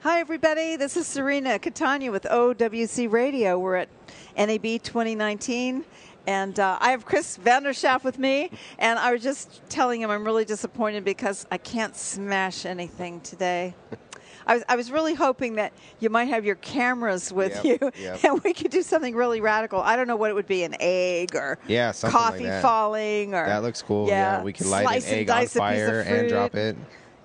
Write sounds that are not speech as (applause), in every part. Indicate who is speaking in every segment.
Speaker 1: Hi, everybody. This is Serena Catania with OWC Radio. We're at NAB 2019. And uh, I have Chris Vanderschaft with me, and I was just telling him I'm really disappointed because I can't smash anything today. I was, I was really hoping that you might have your cameras with
Speaker 2: Yep,
Speaker 1: you, (laughs)
Speaker 2: yep.
Speaker 1: and we could do something really radical. I don't know what it would be—an egg or
Speaker 2: Yeah, something like
Speaker 1: coffee
Speaker 2: that.
Speaker 1: falling or
Speaker 2: That looks cool. Yeah, we can light
Speaker 1: slice
Speaker 2: an
Speaker 1: and
Speaker 2: egg on
Speaker 1: dice a piece of
Speaker 2: fire and drop
Speaker 1: fruit.
Speaker 2: it.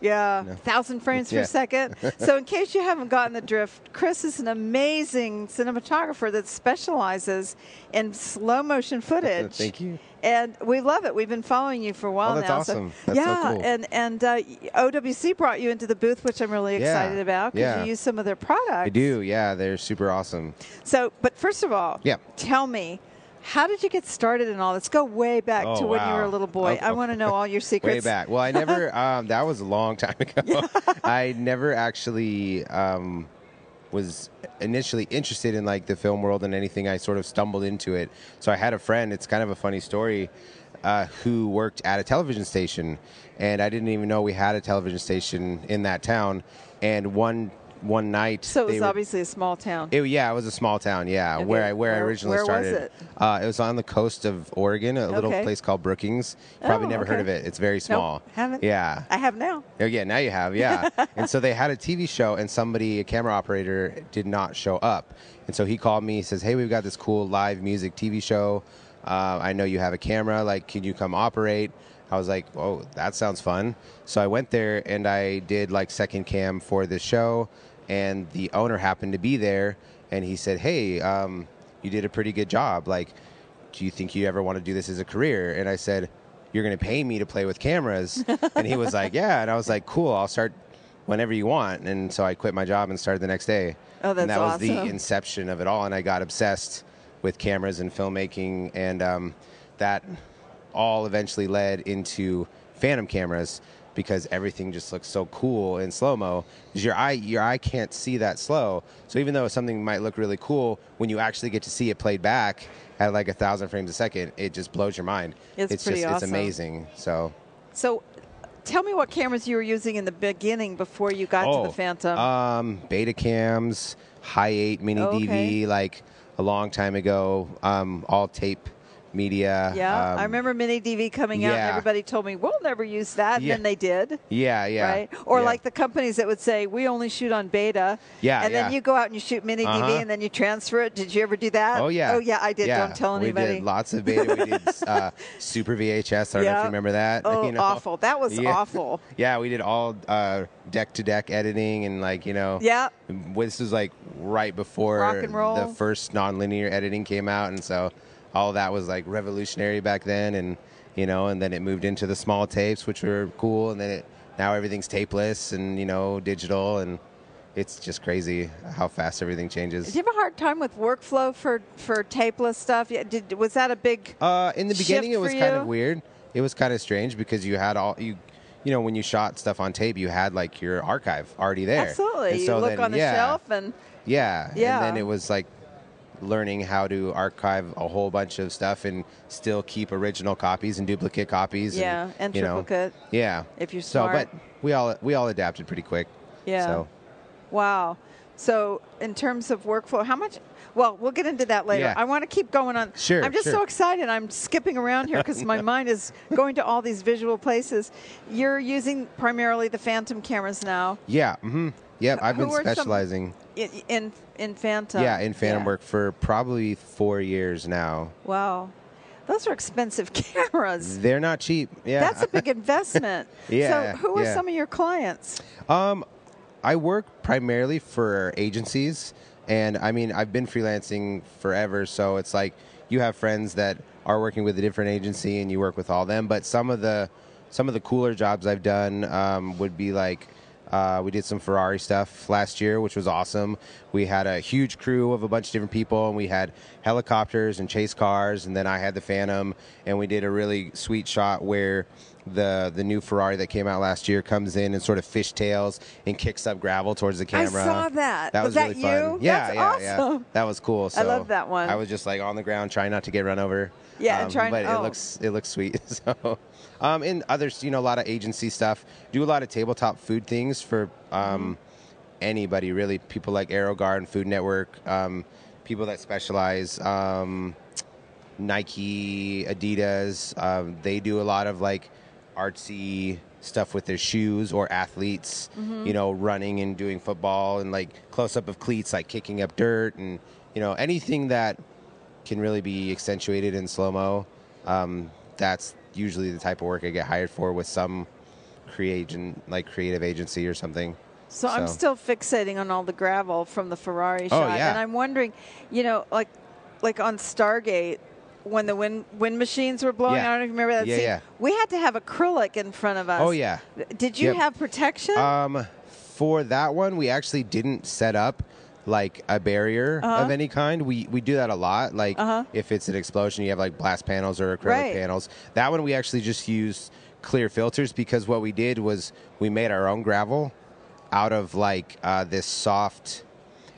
Speaker 1: Yeah, thousand frames per
Speaker 2: Yeah. (laughs)
Speaker 1: second. so, in case you haven't gotten the drift, Chris is an amazing cinematographer that specializes in slow motion footage.
Speaker 2: (laughs) Thank you. Oh,
Speaker 1: And we love it. We've been following you for a while
Speaker 2: that's
Speaker 1: now.
Speaker 2: awesome.
Speaker 1: So,
Speaker 2: That's so
Speaker 1: yeah,
Speaker 2: cool.
Speaker 1: and and uh, OWC brought you into the booth, which I'm really
Speaker 2: Yeah,
Speaker 1: excited about because
Speaker 2: yeah.
Speaker 1: you use some of their products.
Speaker 2: I do. Yeah, they're super awesome.
Speaker 1: So, but first of all,
Speaker 2: Yeah.
Speaker 1: tell me. How did you get started in all this? Go way back
Speaker 2: Oh,
Speaker 1: to when you were
Speaker 2: wow.
Speaker 1: a little boy.
Speaker 2: Oh,
Speaker 1: I
Speaker 2: oh.
Speaker 1: want to know all your secrets.
Speaker 2: (laughs) Way back. Well,
Speaker 1: (laughs)
Speaker 2: I never. Um, that was a long time ago. (laughs) I never actually um, was initially interested in like the film world and anything. I sort of stumbled into it. So I had a friend. It's kind of a funny story. Uh, who worked at a television station, and I didn't even know we had a television station in that town. And one one night,
Speaker 1: So it
Speaker 2: they
Speaker 1: was
Speaker 2: were-
Speaker 1: obviously a small town.
Speaker 2: It, yeah, it was a small town. Yeah,
Speaker 1: Okay.
Speaker 2: where I where, I
Speaker 1: Where-
Speaker 2: originally
Speaker 1: where was
Speaker 2: started.
Speaker 1: it?
Speaker 2: Uh, it was on the coast of Oregon, a little
Speaker 1: Okay.
Speaker 2: place called Brookings. Probably
Speaker 1: Oh,
Speaker 2: never
Speaker 1: okay.
Speaker 2: heard of it. It's very small.
Speaker 1: haven't.
Speaker 2: Yeah.
Speaker 1: I have now.
Speaker 2: Oh, yeah, now you have, yeah. and so they had a TV show, and somebody, a camera operator, did not show up. And so he called me. He says, "Hey, we've got this cool live music TV show. Uh, I know you have a camera. Like, can you come operate?" I was like, "Oh, that sounds fun." So I went there and I did like second cam for this show, and the owner happened to be there, and he said, "Hey, um, you did a pretty good job. Like, do you think you ever want to do this as a career? And I said, you're going to pay me to play with cameras. and he was like, yeah. And I was like, cool, I'll start whenever you want. And so I quit my job and started the next day.
Speaker 1: Oh, that's
Speaker 2: and that was
Speaker 1: awesome.
Speaker 2: the inception of it all. And I got obsessed with cameras and filmmaking. And um, that all eventually led into phantom cameras because everything just looks so cool in slow mo. Your eye, your eye can't see that slow. So even though something might look really cool, when you actually get to see it played back at like a thousand frames a second, it just blows your mind.
Speaker 1: It's
Speaker 2: just
Speaker 1: pretty
Speaker 2: it's
Speaker 1: awesome.
Speaker 2: amazing. So
Speaker 1: So, tell me what cameras you were using in the beginning before you got
Speaker 2: Oh,
Speaker 1: to the Phantom.
Speaker 2: Um, beta cams, high eight mini
Speaker 1: Oh, okay.
Speaker 2: DV, like a long time ago. Um, all tape media.
Speaker 1: yeah, I
Speaker 2: um,
Speaker 1: remember Mini DV coming out, and
Speaker 2: yeah.
Speaker 1: everybody told me we'll never use that, and
Speaker 2: Yeah.
Speaker 1: then they did.
Speaker 2: Yeah, yeah.
Speaker 1: Right? Or
Speaker 2: yeah.
Speaker 1: like the companies that would say, we only shoot on beta.
Speaker 2: Yeah,
Speaker 1: And then
Speaker 2: yeah.
Speaker 1: you go out and you shoot mini
Speaker 2: Uh-huh.
Speaker 1: DV and then you transfer it. Did you ever do that?
Speaker 2: Oh yeah.
Speaker 1: Oh, yeah, I did. Don't tell anybody.
Speaker 2: We did (laughs) lots of beta. We
Speaker 1: (laughs)
Speaker 2: did uh, Super VHS. I don't know if
Speaker 1: Yeah.
Speaker 2: you remember that.
Speaker 1: Oh,
Speaker 2: you know?
Speaker 1: awful. That was
Speaker 2: Yeah.
Speaker 1: awful.
Speaker 2: Yeah, we did all deck to deck editing and like you know.
Speaker 1: Yeah.
Speaker 2: This was like right before
Speaker 1: Rock and roll.
Speaker 2: the first nonlinear editing came out, and so all that was like revolutionary back then, and you know, and then it moved into the small tapes, which were cool, and then it now everything's tapeless and you know digital, and it's just crazy how fast everything changes.
Speaker 1: Did you have a hard time with workflow for, for tapeless stuff? Yeah, Did, was that a big.
Speaker 2: Uh, in the
Speaker 1: shift
Speaker 2: beginning, it was
Speaker 1: for
Speaker 2: kind
Speaker 1: you?
Speaker 2: of weird. It was kind of strange because you had all you, you know, when you shot stuff on tape, you had like your archive already there.
Speaker 1: Absolutely.
Speaker 2: And
Speaker 1: you
Speaker 2: so
Speaker 1: look
Speaker 2: then-
Speaker 1: on the
Speaker 2: yeah,
Speaker 1: shelf and.
Speaker 2: Yeah,
Speaker 1: Yeah.
Speaker 2: And then it was like learning how to archive a whole bunch of stuff and still keep original copies and duplicate copies.
Speaker 1: Yeah, and
Speaker 2: you know,
Speaker 1: triplicate,
Speaker 2: yeah,
Speaker 1: if you're
Speaker 2: So,
Speaker 1: smart.
Speaker 2: but we all we all adapted pretty quick.
Speaker 1: Yeah.
Speaker 2: So
Speaker 1: Wow. So, in terms of workflow, how much? Well, we'll get into that later.
Speaker 2: Yeah.
Speaker 1: I want to keep going on.
Speaker 2: Sure,
Speaker 1: I'm just
Speaker 2: sure.
Speaker 1: so excited. I'm skipping around here because
Speaker 2: (laughs)
Speaker 1: my mind is going to all these visual places. You're using primarily the Phantom cameras now
Speaker 2: yeah, mm-hmm. Yep, I've
Speaker 1: Who
Speaker 2: been
Speaker 1: were some-
Speaker 2: specializing.
Speaker 1: in in, in Phantom.
Speaker 2: yeah, in phantom work for probably four years now.
Speaker 1: Wow. Those are expensive (laughs) cameras.
Speaker 2: They're not cheap. Mm, Yeah,
Speaker 1: That's a big investment.
Speaker 2: (laughs) Yeah,
Speaker 1: So, who are
Speaker 2: yeah.
Speaker 1: some of your clients?
Speaker 2: Um, I work primarily for agencies, and I mean I've been freelancing forever, so it's like you have friends that are working with a different agency, and you work with all them. But some of the some of the cooler jobs I've done um, would be like. Uh, we did some Ferrari stuff last year, which was awesome. We had a huge crew of a bunch of different people, and we had helicopters and chase cars, and then I had the Phantom, and we did a really sweet shot where the the new Ferrari that came out last year comes in and sort of fishtails and kicks up gravel towards the camera.
Speaker 1: saw that.
Speaker 2: That
Speaker 1: Was
Speaker 2: was,
Speaker 1: that
Speaker 2: really fun.
Speaker 1: you?
Speaker 2: Yeah,
Speaker 1: That's
Speaker 2: yeah, yeah.
Speaker 1: awesome.
Speaker 2: That was cool. So
Speaker 1: I love that one.
Speaker 2: I was just like on the ground trying not to get run over.
Speaker 1: Yeah, and trying-
Speaker 2: Um, but
Speaker 1: oh.
Speaker 2: it looks it looks sweet. (laughs) So, um,
Speaker 1: Mm-hmm.
Speaker 2: and others, you know, a lot of agency stuff. Do a lot of tabletop food things for um, anybody really. People like AeroGuard and Food Network, um, people that specialize, um, Nike, Adidas. Um, they do a lot of like artsy stuff with their shoes or athletes,
Speaker 1: Mm-hmm.
Speaker 2: you know, running and doing football and like close up of cleats, like kicking up dirt and, you know, anything that can really be accentuated in slow mo. Um, that's usually the type of work I get hired for with some creation, like creative agency or something.
Speaker 1: So, I'm
Speaker 2: So-
Speaker 1: still fixating on all the gravel from the Ferrari
Speaker 2: Oh,
Speaker 1: shot,
Speaker 2: yeah.
Speaker 1: and I'm wondering, you know, like like on Stargate when the wind wind machines were blowing.
Speaker 2: Yeah.
Speaker 1: I don't remember that
Speaker 2: Yeah,
Speaker 1: scene.
Speaker 2: yeah.
Speaker 1: We had to have acrylic in front of us.
Speaker 2: Oh, yeah.
Speaker 1: Did you
Speaker 2: Yep.
Speaker 1: have protection?
Speaker 2: Um, for that one, we actually didn't set up like a barrier of any kind. We we do that a lot. Like
Speaker 1: Uh-huh.
Speaker 2: if it's an explosion, you have like glass panels or acrylic
Speaker 1: Right.
Speaker 2: panels. That one we actually just used clear filters because what we did was we made our own gravel out of like uh, this soft.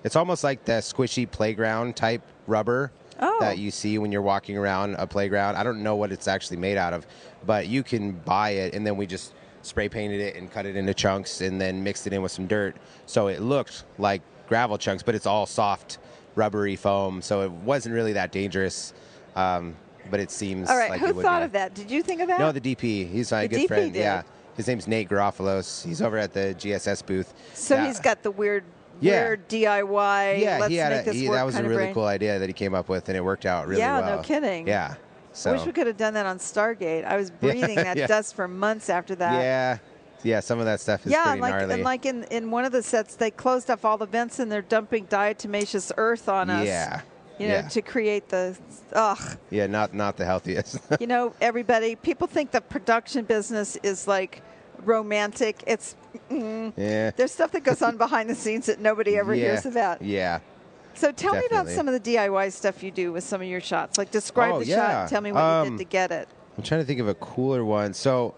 Speaker 2: It's almost like the squishy playground type rubber
Speaker 1: Oh.
Speaker 2: that you see when you're walking around a playground. I don't know what it's actually made out of, but you can buy it, and then we just spray painted it and cut it into chunks, and then mixed it in with some dirt, so it looked like gravel chunks, but it's all soft, rubbery foam, so it wasn't really that dangerous. Um, but it seems
Speaker 1: all right.
Speaker 2: like it
Speaker 1: Who
Speaker 2: would
Speaker 1: thought
Speaker 2: be.
Speaker 1: of that? Did you think of that?
Speaker 2: No, the DP. He's my
Speaker 1: The
Speaker 2: good
Speaker 1: DP
Speaker 2: friend.
Speaker 1: did.
Speaker 2: Yeah, his name's Nate Garofalos. He's over at the GSS booth.
Speaker 1: so
Speaker 2: Yeah.
Speaker 1: he's got the weird.
Speaker 2: Yeah.
Speaker 1: Weird DIY.
Speaker 2: Yeah,
Speaker 1: let's
Speaker 2: he had
Speaker 1: make
Speaker 2: a-
Speaker 1: this
Speaker 2: he-
Speaker 1: work
Speaker 2: that was a
Speaker 1: kind of
Speaker 2: really
Speaker 1: brain.
Speaker 2: cool idea that he came up with, and it worked out really
Speaker 1: Yeah, no
Speaker 2: well.
Speaker 1: kidding.
Speaker 2: Yeah. So
Speaker 1: I wish we could have done that on Stargate. I was breathing that
Speaker 2: (laughs) yeah.
Speaker 1: dust for months after that.
Speaker 2: Yeah, yeah. Some of that stuff is
Speaker 1: yeah,
Speaker 2: pretty
Speaker 1: and like
Speaker 2: gnarly.
Speaker 1: and like in, in one of the sets, they closed off all the vents and they're dumping diatomaceous earth on us.
Speaker 2: Yeah,
Speaker 1: you know
Speaker 2: yeah.
Speaker 1: to create the ugh.
Speaker 2: yeah, not not the healthiest. (laughs)
Speaker 1: (laughs) you know, everybody. People think the production business is like romantic. It's mm,
Speaker 2: yeah.
Speaker 1: there's stuff that
Speaker 2: (laughs)
Speaker 1: goes on behind the scenes that nobody ever
Speaker 2: yeah.
Speaker 1: hears about.
Speaker 2: Yeah.
Speaker 1: So tell me about
Speaker 2: Definitely.
Speaker 1: some of the DIY stuff you do with some of your shots. Like describe
Speaker 2: Oh,
Speaker 1: the shot.
Speaker 2: yeah.
Speaker 1: And tell me what you
Speaker 2: Um,
Speaker 1: did to get it.
Speaker 2: I'm trying to think of a cooler one. So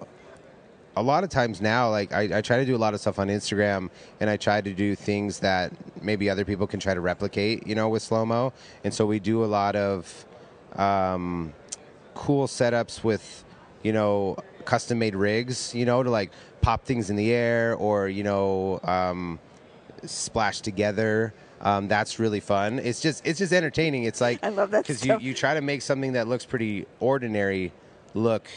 Speaker 2: a lot of times now, like I, I try to do a lot of stuff on Instagram and I try to do things that maybe other people can try to replicate, you know, with slow mo. And so we do a lot of um, cool setups with, you know, custom made rigs, you know, to like pop things in the air or, you know, um, splash together. Um, that's really fun. It's just it's just entertaining. It's like
Speaker 1: I love
Speaker 2: (laughs)
Speaker 1: that
Speaker 2: because you,
Speaker 1: stuff.
Speaker 2: you try to make something that looks pretty ordinary look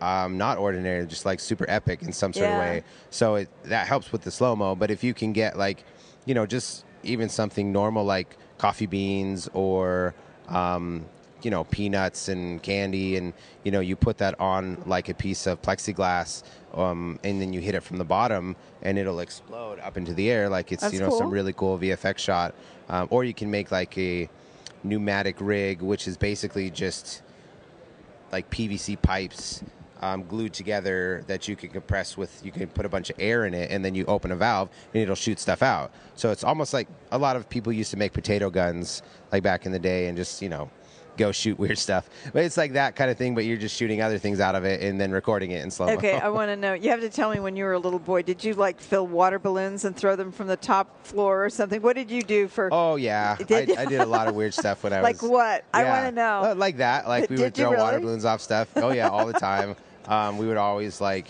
Speaker 2: um, not ordinary, just like super epic in some sort
Speaker 1: Yeah.
Speaker 2: of way. So it, that helps with the slow mo. But if you can get like, you know, just even something normal like coffee beans or, um, you know, peanuts and candy, and you know, you put that on like a piece of plexiglass, um, and then you hit it from the bottom, and it'll explode up into the air like it's
Speaker 1: That's
Speaker 2: you know
Speaker 1: cool.
Speaker 2: some really cool VFX shot. Um, or you can make like a pneumatic rig, which is basically just like PVC pipes um, glued together that you can compress with. You can put a bunch of air in it, and then you open a valve, and it'll shoot stuff out. So it's almost like a lot of people used to make potato guns, like back in the day, and just you know go shoot (laughs) weird stuff. But it's like that kind of thing, but you're just shooting other things out of it and then recording it in slow mo. (laughs)
Speaker 1: Okay, uh, I want to know. You have to tell me when you were a little boy. Did you like fill water balloons and throw them from the top floor or something? What did you do for?
Speaker 2: Oh yeah,
Speaker 1: Did you-
Speaker 2: I, I did a lot
Speaker 1: (laughs)
Speaker 2: of weird stuff when I
Speaker 1: Like
Speaker 2: was
Speaker 1: what? I wanna know.
Speaker 2: Uh, Like that, like we
Speaker 1: (laughs) Did
Speaker 2: would
Speaker 1: you
Speaker 2: throw water
Speaker 1: really?
Speaker 2: balloons off stuff. Oh
Speaker 1: (laughs)
Speaker 2: yeah, all the time. um, we would always like.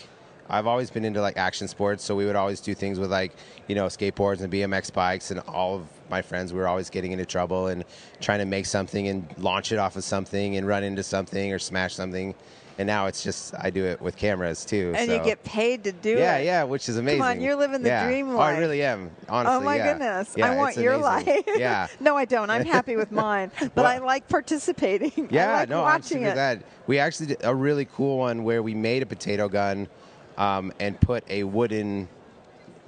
Speaker 2: I've always been into like action sports, so we would always do things with like you know skateboards and BMX bikes, and all of my friends we were always getting into trouble and trying to make something and launch it off of something and run into something or smash something. And now it's just I do it with cameras too.
Speaker 1: and you
Speaker 2: so-
Speaker 1: get paid to do
Speaker 2: yeah,
Speaker 1: it.
Speaker 2: yeah, which is amazing.
Speaker 1: you're living the
Speaker 2: Yeah.
Speaker 1: dream
Speaker 2: Oh,
Speaker 1: life.
Speaker 2: I really am. Honestly,
Speaker 1: oh my
Speaker 2: yeah.
Speaker 1: goodness!
Speaker 2: Yeah,
Speaker 1: I want
Speaker 2: it's
Speaker 1: your
Speaker 2: amazing.
Speaker 1: life. (laughs)
Speaker 2: yeah,
Speaker 1: no, I don't. I'm happy
Speaker 2: (laughs)
Speaker 1: with mine, but
Speaker 2: Well-
Speaker 1: I like participating.
Speaker 2: Yeah,
Speaker 1: I like
Speaker 2: no, I'm
Speaker 1: watching
Speaker 2: super
Speaker 1: it.
Speaker 2: glad. We actually did a really cool one where we made a potato gun um, and put a wooden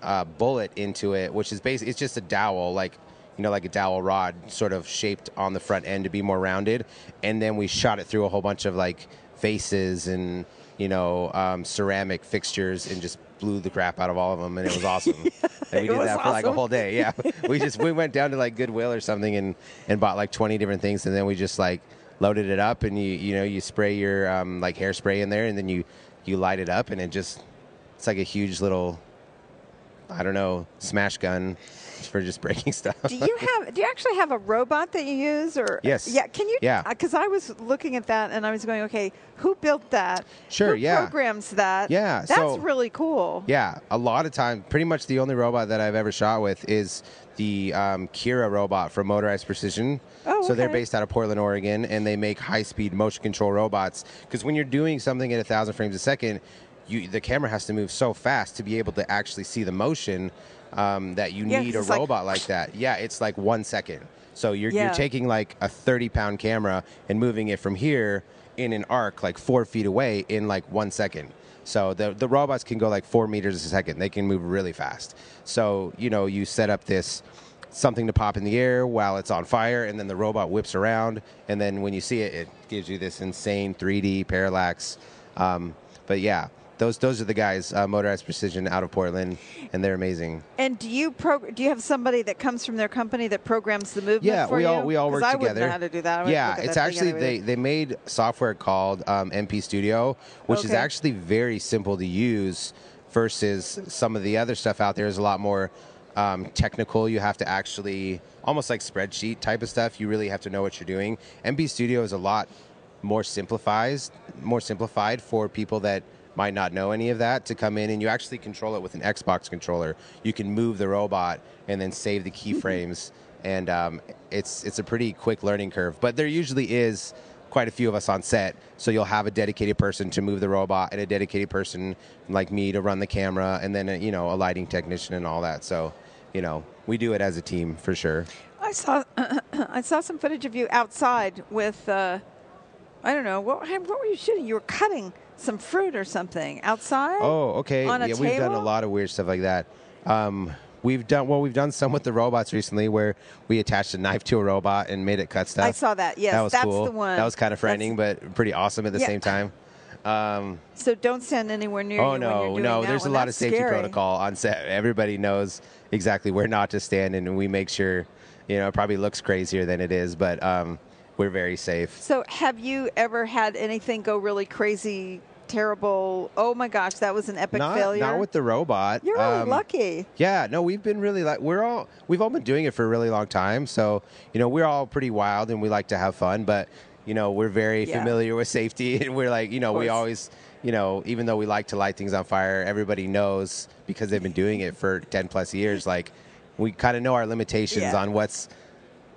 Speaker 2: uh, bullet into it, which is basically it's just a dowel, like you know, like a dowel rod, sort of shaped on the front end to be more rounded, and then we shot it through a whole bunch of like vases and you know um, ceramic fixtures and just blew the crap out of all of them, and it
Speaker 1: (laughs)
Speaker 2: was awesome. and we
Speaker 1: It
Speaker 2: did
Speaker 1: was
Speaker 2: that for like a
Speaker 1: awesome.
Speaker 2: whole day.
Speaker 1: (laughs)
Speaker 2: Yeah, we just we went down to like Goodwill or something and and bought like twenty different things, and then we just like loaded it up, and you you know you spray your um, like hairspray in there, and then you you light it up, and it just it's like a huge little I don't know, smash gun for just (laughs) breaking stuff.
Speaker 1: do you have? Do you actually have a robot that you use? Or
Speaker 2: Yes.
Speaker 1: yeah. Can you?
Speaker 2: Yeah.
Speaker 1: Because I was looking at that and I was going, okay, who built that?
Speaker 2: Sure,
Speaker 1: Who
Speaker 2: yeah.
Speaker 1: Programs that.
Speaker 2: Yeah,
Speaker 1: That's
Speaker 2: so-
Speaker 1: really cool.
Speaker 2: Yeah, a lot of time. Pretty much the only robot that I've ever shot with is the um, Kira robot from Motorized Precision.
Speaker 1: Oh,
Speaker 2: So they're
Speaker 1: okay.
Speaker 2: based out of Portland, Oregon, and they make high-speed motion control robots. Because when you're doing something at a thousand frames a second, you, the camera has to move so fast to be able to actually see the motion um, that you
Speaker 1: Yeah,
Speaker 2: need
Speaker 1: 'cause
Speaker 2: a
Speaker 1: it's like-
Speaker 2: robot like that. Yeah, it's like one second. So you're,
Speaker 1: Yeah.
Speaker 2: you're taking like a 30-pound camera and moving it from here in an arc like four feet away in like one second. So the, the robots can go like four meters a second. They can move really fast. So, you know, you set up this something to pop in the air while it's on fire, and then the robot whips around. And then when you see it, it gives you this insane 3D parallax. Um, but yeah, those, those are the guys, uh, Motorized Precision out of Portland, and they're amazing.
Speaker 1: And do you prog- Do you have somebody that comes from their company that programs the movement?
Speaker 2: Yeah,
Speaker 1: for
Speaker 2: we
Speaker 1: you?
Speaker 2: all we all
Speaker 1: 'Cause
Speaker 2: work
Speaker 1: I
Speaker 2: together.
Speaker 1: Wouldn't know how to do that. I would
Speaker 2: yeah,
Speaker 1: look at
Speaker 2: it's
Speaker 1: that thing
Speaker 2: actually
Speaker 1: anyway.
Speaker 2: they they made software called um, MP Studio, which is
Speaker 1: Okay.
Speaker 2: actually very simple to use versus some of the other stuff out there is a lot more um, technical. You have to actually almost like spreadsheet type of stuff. You really have to know what you're doing. MP Studio is a lot more simplifies more simplified for people that might not know any of that to come in and you actually control it with an Xbox controller. You can move the robot and then save the keyframes and um, it's it's a pretty quick learning curve. But there usually is quite a few of us on set, so you'll have a dedicated person to move the robot and a dedicated person like me to run the camera and then a, you know a lighting technician and all that. So you know we do it as a team for sure.
Speaker 1: I saw (clears throat) I saw some footage of you outside with uh, I don't know what what were you shooting? You were cutting some fruit or something outside.
Speaker 2: Oh, okay.
Speaker 1: On a
Speaker 2: yeah, we've done a
Speaker 1: table?
Speaker 2: lot of weird stuff like that. Um, we've done well. We've done some with the robots recently, where we attached a knife to a robot and made it cut stuff.
Speaker 1: I saw that. Yes,
Speaker 2: that was
Speaker 1: that's
Speaker 2: cool.
Speaker 1: the one.
Speaker 2: That was kind of
Speaker 1: That's-
Speaker 2: frightening, but pretty awesome at the
Speaker 1: Yeah.
Speaker 2: same time.
Speaker 1: So don't stand anywhere near.
Speaker 2: Oh
Speaker 1: you when you're
Speaker 2: no,
Speaker 1: doing
Speaker 2: no!
Speaker 1: that
Speaker 2: There's a
Speaker 1: one.
Speaker 2: lot
Speaker 1: That's
Speaker 2: of safety
Speaker 1: scary.
Speaker 2: protocol on set. Everybody knows exactly where not to stand, and we make sure. You know, it probably looks crazier than it is, but um, we're very safe.
Speaker 1: So have you ever had anything go really crazy, terrible? Oh my gosh, that was an epic
Speaker 2: Not,
Speaker 1: failure.
Speaker 2: not with the robot.
Speaker 1: You're really
Speaker 2: Um,
Speaker 1: lucky.
Speaker 2: Yeah, no, we've been really like we're all we've all been doing it for a really long time. So you know we're all pretty wild and we like to have fun, but you know we're very
Speaker 1: Yeah.
Speaker 2: familiar with safety (laughs) and we're like you know we
Speaker 1: course.
Speaker 2: always you know even though we like to light things on fire, everybody knows because they've been doing it for ten plus years. Like we kind of know our limitations
Speaker 1: Yeah.
Speaker 2: on what's (laughs)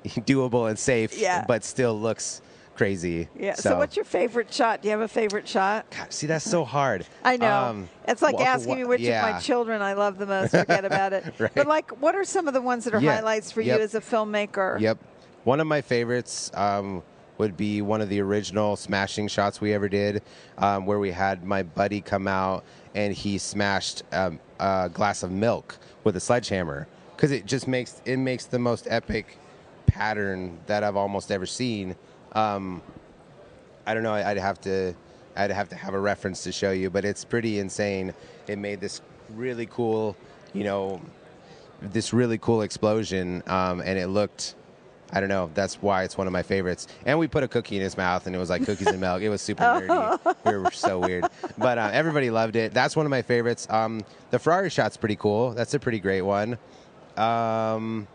Speaker 2: doable and safe,
Speaker 1: Yeah.
Speaker 2: but still looks crazy.
Speaker 1: Yeah. So. what's your favorite shot? Do you have a favorite shot?
Speaker 2: God, see that's so hard.
Speaker 1: (laughs) I know.
Speaker 2: Um,
Speaker 1: it's like
Speaker 2: wha-
Speaker 1: asking me
Speaker 2: wha-
Speaker 1: which of
Speaker 2: yeah.
Speaker 1: my children I love the most.
Speaker 2: (laughs)
Speaker 1: Forget about it.
Speaker 2: Right.
Speaker 1: But like, what are some of the ones that are
Speaker 2: Yeah.
Speaker 1: highlights for
Speaker 2: Yep.
Speaker 1: you as a filmmaker?
Speaker 2: Yep. One of my favorites um, would be one of the original smashing shots we ever did, um, where we had my buddy come out and he smashed um, a glass of milk with a sledgehammer because it just makes it makes the most epic pattern that I've almost ever seen. Um, I don't know. I'd have to, I'd have to have a reference to show you, but it's pretty insane. It made this really cool, you know, this really cool explosion, um, and it looked. I don't know. That's why it's one of my favorites. And we put a cookie in his mouth, and it was like cookies and milk. It was super nerdy.
Speaker 1: (laughs)
Speaker 2: We were so weird, but uh, everybody loved it. That's one of my favorites. Um, the Ferrari shot's pretty cool. That's a pretty great one. Um,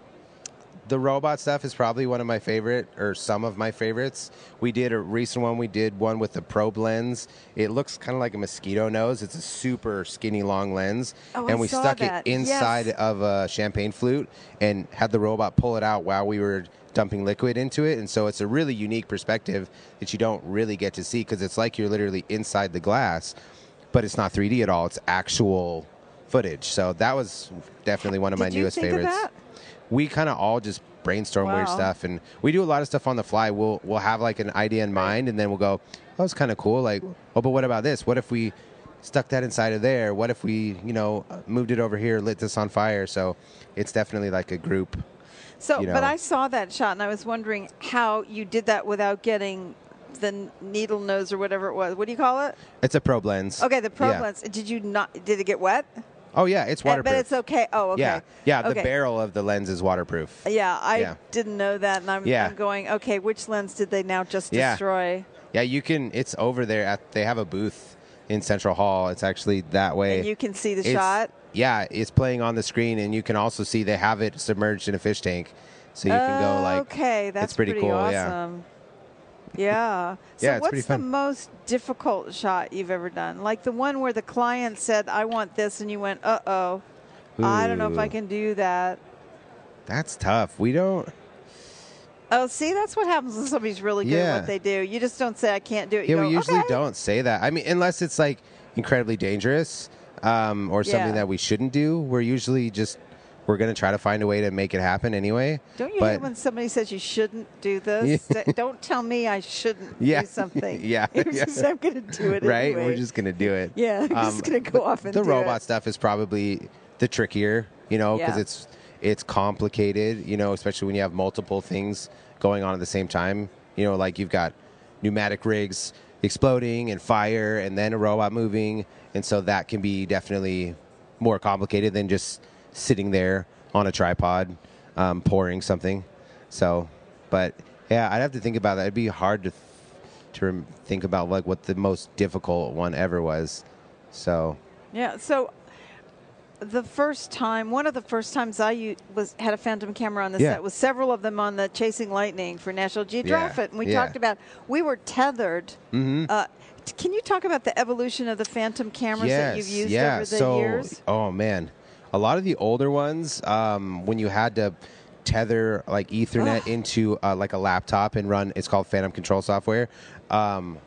Speaker 2: the robot stuff is probably one of my favorite or some of my favorites. We did a recent one. We did one with the probe lens. It looks kind of like a mosquito nose. It's a super skinny long lens,
Speaker 1: Oh, I
Speaker 2: and we
Speaker 1: saw
Speaker 2: stuck
Speaker 1: that.
Speaker 2: it inside
Speaker 1: Yes.
Speaker 2: of a champagne flute and had the robot pull it out while we were dumping liquid into it. And so it's a really unique perspective that you don't really get to see because it's like you're literally inside the glass, but it's not 3D at all. It's actual footage. So that was definitely one of my
Speaker 1: Did you
Speaker 2: newest
Speaker 1: think of
Speaker 2: favorites
Speaker 1: that?
Speaker 2: we kind of all just brainstorm weird
Speaker 1: Wow.
Speaker 2: stuff and we do a lot of stuff on the fly we'll we'll have like an idea in mind and then we'll go that was kind of cool like oh but what about this what if we stuck that inside of there what if we you know moved it over here lit this on fire so it's definitely like a group
Speaker 1: So,
Speaker 2: you know.
Speaker 1: but I saw that shot and I was wondering how you did that without getting the n- needle nose or whatever it was. What do you call it?
Speaker 2: it's a probe lens
Speaker 1: Okay, the probe
Speaker 2: Yeah.
Speaker 1: lens. Did you not? Did it get wet?
Speaker 2: oh yeah it's
Speaker 1: And-
Speaker 2: waterproof
Speaker 1: But it's okay. Oh, okay.
Speaker 2: yeah yeah the
Speaker 1: Okay. Uh,
Speaker 2: barrel of the lens is waterproof
Speaker 1: Yeah, I
Speaker 2: Yeah.
Speaker 1: didn't know that, and I'm,
Speaker 2: Yeah.
Speaker 1: I'm going. Okay, which lens did they now just
Speaker 2: Yeah.
Speaker 1: destroy?
Speaker 2: yeah you can it's over there at they have a booth in central hall it's actually that way
Speaker 1: And you can see the
Speaker 2: It's-
Speaker 1: shot.
Speaker 2: yeah, it's playing on the screen, and you can also see they have it submerged in a fish tank, so you can go like,
Speaker 1: Oh, okay, that's
Speaker 2: it's pretty, cool. Yeah,
Speaker 1: awesome. Yeah. So
Speaker 2: Yeah, it's
Speaker 1: what's
Speaker 2: pretty
Speaker 1: the
Speaker 2: fun.
Speaker 1: most difficult shot you've ever done? Like the one where the client said, "I want this," and you went, "Uh oh, I don't know if
Speaker 2: Ooh.
Speaker 1: I can do that."
Speaker 2: that's tough. We don't.
Speaker 1: Oh, see, that's what happens when somebody's really good at
Speaker 2: Yeah.
Speaker 1: what they do. You just don't say, "I can't do it." You
Speaker 2: Yeah,
Speaker 1: go,
Speaker 2: we usually
Speaker 1: "Okay."
Speaker 2: don't say that. I mean, unless it's like incredibly dangerous um, or something
Speaker 1: Yeah.
Speaker 2: that we shouldn't do. We're usually just we're gonna try to find a way to make it happen anyway.
Speaker 1: Don't you hate
Speaker 2: but
Speaker 1: when somebody says you shouldn't do
Speaker 2: (laughs)
Speaker 1: this? Say, don't tell me I shouldn't
Speaker 2: Yeah. (laughs)
Speaker 1: do something.
Speaker 2: Yeah,
Speaker 1: (laughs) You're
Speaker 2: yeah.
Speaker 1: just- I'm going to do it
Speaker 2: (laughs) right?
Speaker 1: anyway.
Speaker 2: We're just gonna do it.
Speaker 1: yeah, (laughs) I'm
Speaker 2: Um,
Speaker 1: just going to go off and
Speaker 2: the
Speaker 1: do it.
Speaker 2: robot stuff is probably the trickier, you know, because
Speaker 1: Yeah.
Speaker 2: it's it's complicated, you know, especially when you have multiple things going on at the same time. You know, like you've got pneumatic rigs exploding and fire, and then a robot moving, and so that can be definitely more complicated than just sitting there on a tripod um, pouring something. So, but yeah, I'd have to think about that. It'd be hard to th- to rem- think about like what the most difficult one ever was. So
Speaker 1: Yeah. So the first time, one of the first times I u- was had a phantom camera on the
Speaker 2: Yeah.
Speaker 1: set was several of them on the Chasing Lightning for National Geographic, and we
Speaker 2: yeah. Mm-hmm.
Speaker 1: talked about we were tethered. Uh, t- can you talk about the evolution of the phantom cameras that you've used over the
Speaker 2: so,
Speaker 1: years?
Speaker 2: Oh man, a lot of the older ones, um, when you had to tether like Ethernet
Speaker 1: Ugh.
Speaker 2: into uh, like a laptop and run, it's called Phantom Control Software. Um,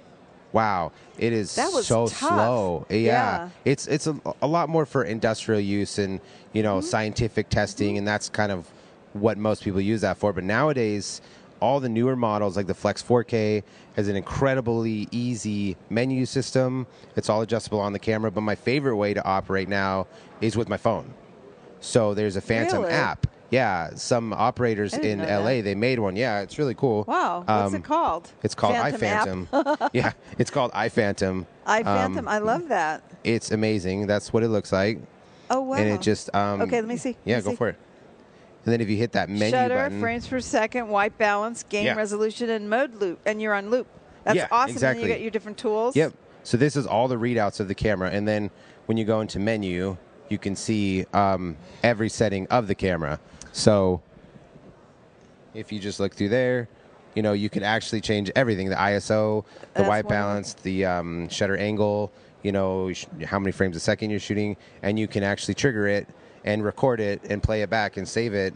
Speaker 2: wow, it is
Speaker 1: That was
Speaker 2: so
Speaker 1: tough.
Speaker 2: slow. Yeah.
Speaker 1: Yeah.
Speaker 2: it's it's a, a lot more for industrial use and
Speaker 1: Mm-hmm.
Speaker 2: you know scientific testing, and that's kind of what most people use that for. But nowadays. All the newer models, like the Flex 4K, has an incredibly easy menu system. It's all adjustable on the camera. But my favorite way to operate now is with my phone. So there's a Phantom
Speaker 1: Really?
Speaker 2: app. Yeah, some operators
Speaker 1: I didn't
Speaker 2: in
Speaker 1: know that.
Speaker 2: LA they made one. Yeah, it's really cool.
Speaker 1: Wow, what's
Speaker 2: Um,
Speaker 1: it called?
Speaker 2: It's called
Speaker 1: app? (laughs)
Speaker 2: iPhantom. yeah, it's called iPhantom.
Speaker 1: I
Speaker 2: Um,
Speaker 1: Phantom. I love that.
Speaker 2: It's amazing. That's what it looks like,
Speaker 1: Oh wow!
Speaker 2: and it just um,
Speaker 1: Okay, let me see.
Speaker 2: Yeah,
Speaker 1: Let me
Speaker 2: go
Speaker 1: see.
Speaker 2: for it. And then if you hit that menu
Speaker 1: shutter,
Speaker 2: button,
Speaker 1: frames per second, white balance, game
Speaker 2: Yeah.
Speaker 1: resolution, and mode loop, and you're on loop. That's
Speaker 2: Yeah,
Speaker 1: awesome. And
Speaker 2: exactly.
Speaker 1: then you get your different tools.
Speaker 2: Yep. So this is all the readouts of the camera, and then when you go into menu, you can see um, every setting of the camera. So if you just look through there, you know you can actually change everything: the ISO, the
Speaker 1: That's
Speaker 2: white
Speaker 1: wonderful.
Speaker 2: balance, the um, shutter angle. You know sh- how many frames a second you're shooting, and you can actually trigger it and record it and play it back and save it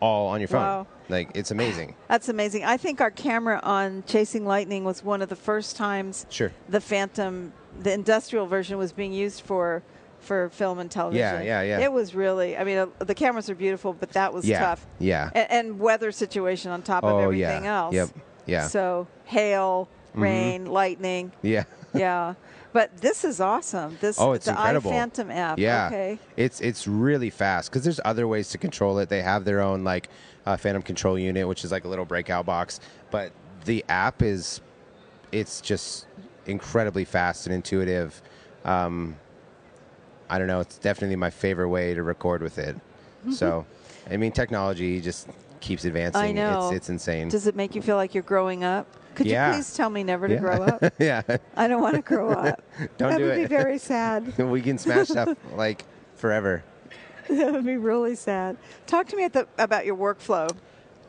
Speaker 2: all on your phone.
Speaker 1: Wow.
Speaker 2: Like it's amazing.
Speaker 1: That's amazing. I think our camera on Chasing Lightning was one of the first times
Speaker 2: Sure.
Speaker 1: the Phantom, the industrial version, was being used for for film and television.
Speaker 2: yeah, yeah.
Speaker 1: It was really. I mean, uh, the cameras are beautiful, but that was
Speaker 2: Yeah,
Speaker 1: tough.
Speaker 2: yeah.
Speaker 1: And, and weather situation on top
Speaker 2: Oh,
Speaker 1: of
Speaker 2: yeah.
Speaker 1: everything else.
Speaker 2: Yep, yeah. Mm-hmm.
Speaker 1: So hail, rain, lightning.
Speaker 2: Yeah.
Speaker 1: yeah. But this is awesome. This
Speaker 2: Oh, it's
Speaker 1: the
Speaker 2: incredible.
Speaker 1: iPhantom app.
Speaker 2: Yeah,
Speaker 1: Okay.
Speaker 2: it's it's really fast because there's other ways to control it. They have their own like uh, Phantom control unit, which is like a little breakout box. But the app is, it's just incredibly fast and intuitive. Um, I don't know. It's definitely my favorite way to record with it. So, I mean, technology just keeps advancing.
Speaker 1: Mm-hmm. I know.
Speaker 2: It's, it's insane.
Speaker 1: Does it make you feel like you're growing up? Could
Speaker 2: Yeah.
Speaker 1: you please tell me never to
Speaker 2: Yeah.
Speaker 1: grow
Speaker 2: (laughs)
Speaker 1: up?
Speaker 2: (laughs) yeah,
Speaker 1: I don't want to grow
Speaker 2: (laughs)
Speaker 1: up.
Speaker 2: Don't
Speaker 1: that
Speaker 2: do
Speaker 1: would be
Speaker 2: it. (laughs)
Speaker 1: very sad.
Speaker 2: we can
Speaker 1: (laughs)
Speaker 2: smash stuff like forever.
Speaker 1: that would be really sad. Talk to me at the, about your workflow.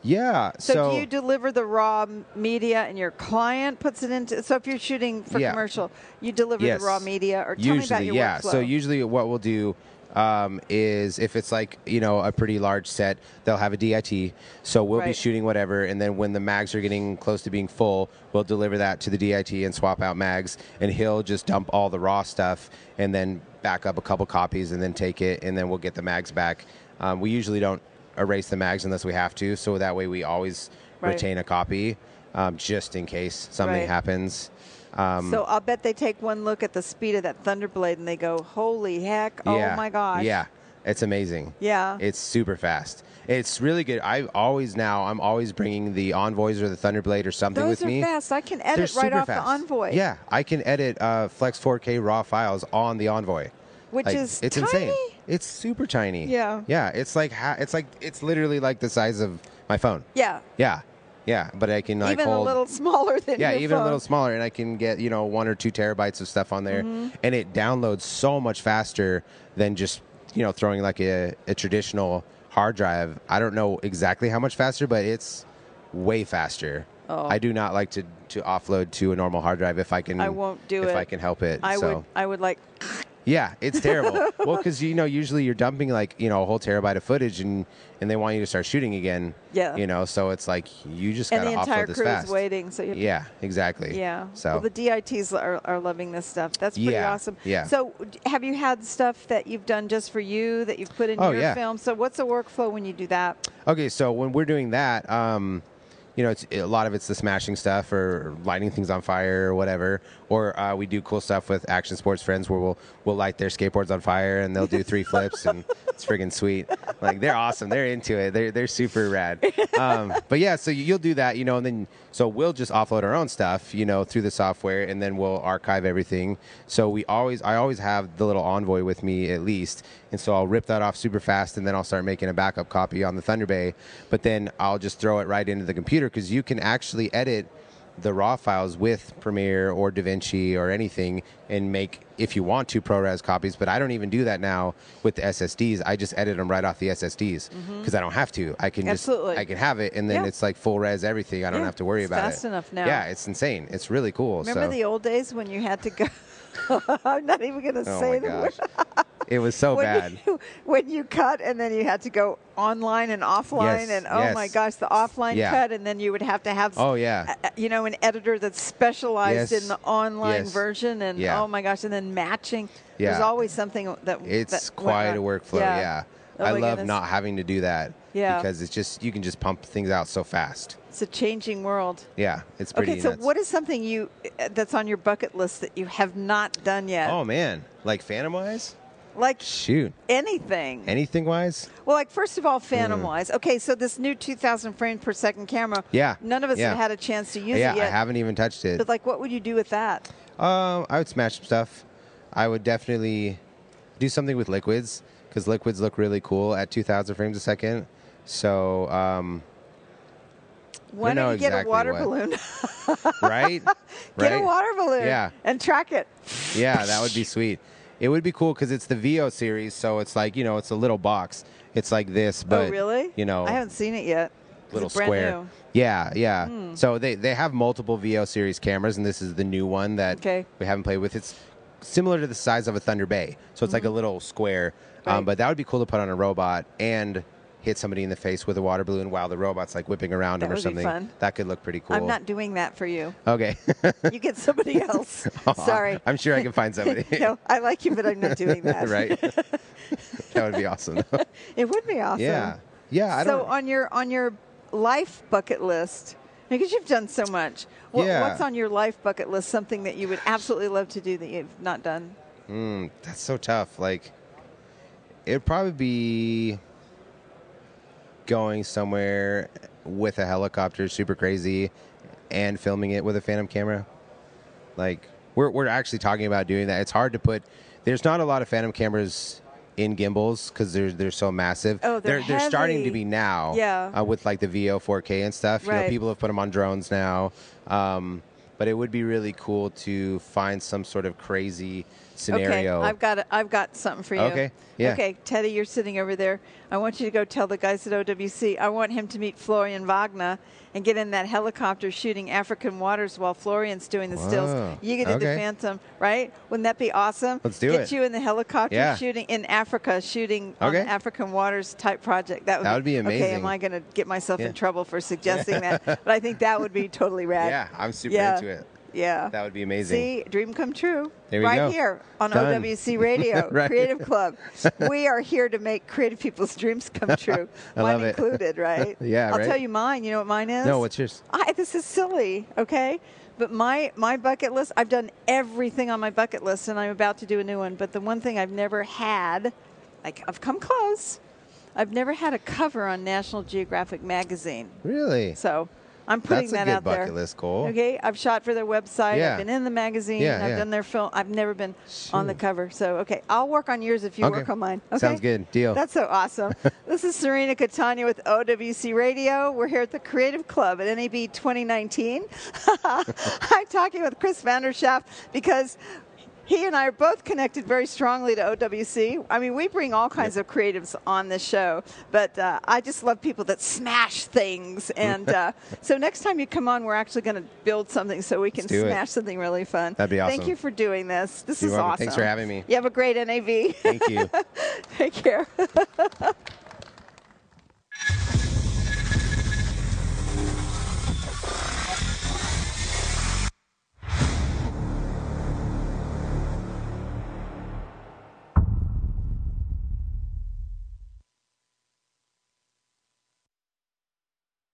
Speaker 2: Yeah.
Speaker 1: So, do you deliver the raw m- media and your client puts it into? So if you're shooting for
Speaker 2: Yeah.
Speaker 1: commercial, you deliver
Speaker 2: Yes.
Speaker 1: the raw media, or tell
Speaker 2: usually,
Speaker 1: me about your
Speaker 2: yeah.
Speaker 1: workflow.
Speaker 2: So usually, what we'll do um, is if it's like you know a pretty large set, they'll have a DIT. So we'll be
Speaker 1: Right.
Speaker 2: shooting whatever, and then when the mags are getting close to being full, we'll deliver that to the DIT and swap out mags, and he'll just dump all the raw stuff, and then back up a couple copies, and then take it, and then we'll get the mags back. Um, we usually don't erase the mags unless we have to, so that way we always
Speaker 1: Right.
Speaker 2: retain a copy um, just in case something
Speaker 1: Right.
Speaker 2: happens. Um,
Speaker 1: So I'll bet they take one look at the speed of that Thunderblade and they go, "Holy heck!
Speaker 2: Yeah.
Speaker 1: Oh my gosh!"
Speaker 2: Yeah, it's amazing.
Speaker 1: Yeah.
Speaker 2: It's super fast. It's really good. I always now I'm always bringing the Envoys or the Thunderblade or something
Speaker 1: Those
Speaker 2: with
Speaker 1: are
Speaker 2: me.
Speaker 1: fast. I can
Speaker 2: They're
Speaker 1: edit right
Speaker 2: super
Speaker 1: off
Speaker 2: fast.
Speaker 1: the Envoy.
Speaker 2: Yeah, I can edit uh, Flex 4K raw files on the Envoy,
Speaker 1: Which
Speaker 2: Like,
Speaker 1: is
Speaker 2: it's
Speaker 1: tiny.
Speaker 2: insane. It's super tiny.
Speaker 1: Yeah.
Speaker 2: Yeah. It's like ha- it's like it's literally like the size of my phone.
Speaker 1: Yeah.
Speaker 2: Yeah. Yeah, but I can like
Speaker 1: even
Speaker 2: hold
Speaker 1: a little (laughs) smaller than
Speaker 2: yeah,
Speaker 1: your
Speaker 2: even a
Speaker 1: phone.
Speaker 2: little smaller, and I can get you know one or two terabytes of stuff on there,
Speaker 1: Mm-hmm.
Speaker 2: and it downloads so much faster than just you know throwing like a, a traditional hard drive. I don't know exactly how much faster, but it's way faster.
Speaker 1: Oh.
Speaker 2: I do not like to to offload to a normal hard drive if I can.
Speaker 1: I won't do
Speaker 2: if
Speaker 1: it.
Speaker 2: I can help it.
Speaker 1: I
Speaker 2: so.
Speaker 1: would I would like
Speaker 2: Yeah, it's terrible. (laughs) well, because you know, usually you're dumping like you know a whole terabyte of footage, and and they want you to start shooting again.
Speaker 1: Yeah.
Speaker 2: You know, so it's like you just
Speaker 1: and
Speaker 2: gotta
Speaker 1: the entire
Speaker 2: offload this
Speaker 1: crew
Speaker 2: fast.
Speaker 1: is waiting. So you have
Speaker 2: Yeah, exactly.
Speaker 1: Yeah.
Speaker 2: So
Speaker 1: well, the DITs are, are loving this stuff. That's pretty
Speaker 2: Yeah,
Speaker 1: awesome.
Speaker 2: yeah.
Speaker 1: So, d- have you had stuff that you've done just for you that you've put in
Speaker 2: Oh,
Speaker 1: your
Speaker 2: yeah.
Speaker 1: film? So, what's the workflow when you do that?
Speaker 2: okay, so when we're doing that, um, you know, it's a lot of it's the smashing stuff or lighting things on fire or whatever. Or uh, we do cool stuff with action sports friends where we'll we'll light their skateboards on fire and they'll
Speaker 1: (laughs)
Speaker 2: do three flips and it's friggin' sweet. Like they're awesome. They're into it. They're they're super rad. Um, but yeah, so you'll do that, you know, and then so we'll just offload our own stuff, you know, through the software and then we'll archive everything. So we always I always have the little envoy with me at least. And so I'll rip that off super fast and then I'll start making a backup copy on the Thunder Bay. But then I'll just throw it right into the computer because you can actually edit the raw files with Premiere or DaVinci or anything and make, if you want to, ProRes copies. But I don't even do that now with the SSDs. I just edit them right off the SSDs because I don't have to. I can
Speaker 1: Mm-hmm. Absolutely.
Speaker 2: just, I can have it and then
Speaker 1: Yeah.
Speaker 2: it's like full res everything. I don't
Speaker 1: Yeah,
Speaker 2: have to worry
Speaker 1: it's
Speaker 2: about it.
Speaker 1: fast enough now.
Speaker 2: Yeah, it's insane. It's really cool.
Speaker 1: Remember
Speaker 2: so.
Speaker 1: the old days when you had to go? (laughs) I'm not even going to
Speaker 2: oh
Speaker 1: say
Speaker 2: my
Speaker 1: the
Speaker 2: gosh.
Speaker 1: word.
Speaker 2: it was so
Speaker 1: (laughs)
Speaker 2: bad.
Speaker 1: When you, when you cut and then you had to go online and offline
Speaker 2: Yes,
Speaker 1: and oh
Speaker 2: yes.
Speaker 1: my gosh the offline
Speaker 2: Yeah.
Speaker 1: cut and then you would have to have s- (laughs)
Speaker 2: Oh, yeah.
Speaker 1: uh, you know an editor that's specialized
Speaker 2: Yes,
Speaker 1: in the online
Speaker 2: yes.
Speaker 1: version and
Speaker 2: Yeah.
Speaker 1: oh my gosh and then matching there's
Speaker 2: Yeah.
Speaker 1: always something that
Speaker 2: It's
Speaker 1: that went
Speaker 2: quite a
Speaker 1: wrong.
Speaker 2: workflow. Yeah.
Speaker 1: Oh
Speaker 2: I
Speaker 1: my
Speaker 2: love
Speaker 1: goodness.
Speaker 2: not having to do that.
Speaker 1: Yeah.
Speaker 2: Because it's just, you can just pump things out so fast.
Speaker 1: it's a changing world
Speaker 2: Yeah. It's pretty
Speaker 1: okay so
Speaker 2: nuts.
Speaker 1: what is something you uh, that's on your bucket list that you have not done yet
Speaker 2: Oh man, like Phantom wise?
Speaker 1: like
Speaker 2: Shoot,
Speaker 1: anything
Speaker 2: anything wise?
Speaker 1: Well, like first of all,
Speaker 2: Hmm.
Speaker 1: phantom wise. Okay, so this new 2,000 frame per second camera.
Speaker 2: Yeah,
Speaker 1: None of us
Speaker 2: yeah.
Speaker 1: have had a chance to use
Speaker 2: yeah,
Speaker 1: it yet.
Speaker 2: I haven't even touched it.
Speaker 1: But like, what would you do with that?
Speaker 2: um, I would smash some stuff. I would definitely do something with liquids because liquids look really cool at 2,000 frames a second.
Speaker 1: (laughs)
Speaker 2: So, um,
Speaker 1: Why
Speaker 2: know
Speaker 1: don't you get
Speaker 2: exactly
Speaker 1: a water
Speaker 2: what.
Speaker 1: balloon? (laughs)
Speaker 2: right?
Speaker 1: get a
Speaker 2: Right?
Speaker 1: water balloon.
Speaker 2: Yeah.
Speaker 1: And track it.
Speaker 2: Yeah, that would be sweet. It would be cool because it's the VO series, so it's like you know, it's a little box. It's like this, but
Speaker 1: oh, really?
Speaker 2: You know,
Speaker 1: I haven't seen it yet. 'cause
Speaker 2: little
Speaker 1: it's brand
Speaker 2: square.
Speaker 1: new. Hmm.
Speaker 2: Yeah, yeah. So they they have multiple VO series cameras, and this is the new one that
Speaker 1: Okay.
Speaker 2: we haven't played with. It's similar to the size of a Thunder Bay, so it's like a little square.
Speaker 1: Mm-hmm. Right.
Speaker 2: Um, but that would be cool to put on a robot and hit somebody in the face with a water balloon while the robot's like whipping around
Speaker 1: That
Speaker 2: him or
Speaker 1: would be
Speaker 2: something.
Speaker 1: fun.
Speaker 2: That could look pretty cool.
Speaker 1: I'm not doing that for
Speaker 2: (laughs)
Speaker 1: you.
Speaker 2: okay.
Speaker 1: You get somebody
Speaker 2: (laughs)
Speaker 1: else. Sorry. (laughs)
Speaker 2: I'm sure I can find somebody.
Speaker 1: no, I like you, but I'm not doing that.
Speaker 2: (laughs) right. that would be awesome. though.
Speaker 1: (laughs) It would be awesome.
Speaker 2: Yeah. Yeah. I
Speaker 1: so
Speaker 2: don't.
Speaker 1: on your on your life bucket list because you've done so much what,
Speaker 2: Yeah.
Speaker 1: what's on your life bucket list something that you would absolutely love to do that you've not done
Speaker 2: Mm, that's so tough. Like, it'd probably be going somewhere with a helicopter, super crazy, and filming it with a Phantom camera. Like, we're we're actually talking about doing that. It's hard to put. There's not a lot of Phantom cameras in gimbals because they're they're so massive.
Speaker 1: Oh, they're
Speaker 2: they're, starting to
Speaker 1: heavy.
Speaker 2: be now.
Speaker 1: Yeah.
Speaker 2: uh, with like the VO 4K and stuff. You
Speaker 1: Right.
Speaker 2: know, people have put them on drones now. Um, but it would be really cool to find some sort of crazy scenario.
Speaker 1: okay i've got a, i've got something for you
Speaker 2: Okay, yeah.
Speaker 1: okay teddy you're sitting over there i want you to go tell the guys at owc i want him to meet florian wagner and get in that helicopter shooting african waters while florian's doing the stills
Speaker 2: Wow,
Speaker 1: you get in the
Speaker 2: okay.
Speaker 1: phantom right wouldn't that be awesome
Speaker 2: Let's do
Speaker 1: get
Speaker 2: it.
Speaker 1: you in the helicopter
Speaker 2: Yeah.
Speaker 1: shooting in africa shooting on
Speaker 2: Okay.
Speaker 1: the african waters type project that would,
Speaker 2: That would be
Speaker 1: okay am
Speaker 2: amazing.
Speaker 1: i going to get myself
Speaker 2: Yeah.
Speaker 1: in trouble for suggesting
Speaker 2: (laughs)
Speaker 1: that but i think that would be totally rad
Speaker 2: Yeah, I'm super
Speaker 1: Yeah.
Speaker 2: into it.
Speaker 1: yeah
Speaker 2: That would be amazing.
Speaker 1: See, dream come true.
Speaker 2: There we
Speaker 1: right
Speaker 2: go.
Speaker 1: here on
Speaker 2: Done. (laughs)
Speaker 1: OWC Radio,
Speaker 2: Right.
Speaker 1: Creative Club. We are here to make creative people's dreams
Speaker 2: (laughs)
Speaker 1: come true.
Speaker 2: I
Speaker 1: mine
Speaker 2: love it. (laughs)
Speaker 1: included, right?
Speaker 2: Yeah,
Speaker 1: I'll
Speaker 2: right.
Speaker 1: tell you mine. You know what mine is?
Speaker 2: No, what's yours?
Speaker 1: I, this is silly, okay? But my, my bucket list, I've done everything on my bucket list and I'm about to do a new one. But the one thing I've never had, like I've come close, I've never had a cover on National Geographic magazine.
Speaker 2: Really?
Speaker 1: So I'm putting
Speaker 2: That's a
Speaker 1: that
Speaker 2: good
Speaker 1: out there.
Speaker 2: bucket list goal.
Speaker 1: Okay, I've shot for their website.
Speaker 2: Yeah.
Speaker 1: I've been in the magazine.
Speaker 2: Yeah,
Speaker 1: I've
Speaker 2: yeah.
Speaker 1: done their film. I've never been on the
Speaker 2: Shoot.
Speaker 1: cover. So okay, I'll work on yours if you
Speaker 2: Okay.
Speaker 1: work on mine. Okay?
Speaker 2: Sounds good. Deal.
Speaker 1: That's so
Speaker 2: (laughs)
Speaker 1: awesome. this is Serena Catania with OWC Radio. We're here at the Creative Club at NAB 2019. (laughs) I'm talking with Chris Vanderschaft because. He and I are both connected very strongly to OWC. I mean, we bring all kinds of creatives on this show, but uh, I just love people that smash
Speaker 2: (laughs)
Speaker 1: things. And uh, so next time you come on, we're actually going to build something so we can
Speaker 2: Let's do it.
Speaker 1: smash something really fun.
Speaker 2: That'd be
Speaker 1: Thank
Speaker 2: awesome.
Speaker 1: you for doing this. This
Speaker 2: You're
Speaker 1: is
Speaker 2: welcome.
Speaker 1: awesome. (laughs)
Speaker 2: Thanks for having me.
Speaker 1: You have a great NAB.
Speaker 2: Thank you.
Speaker 1: Take care.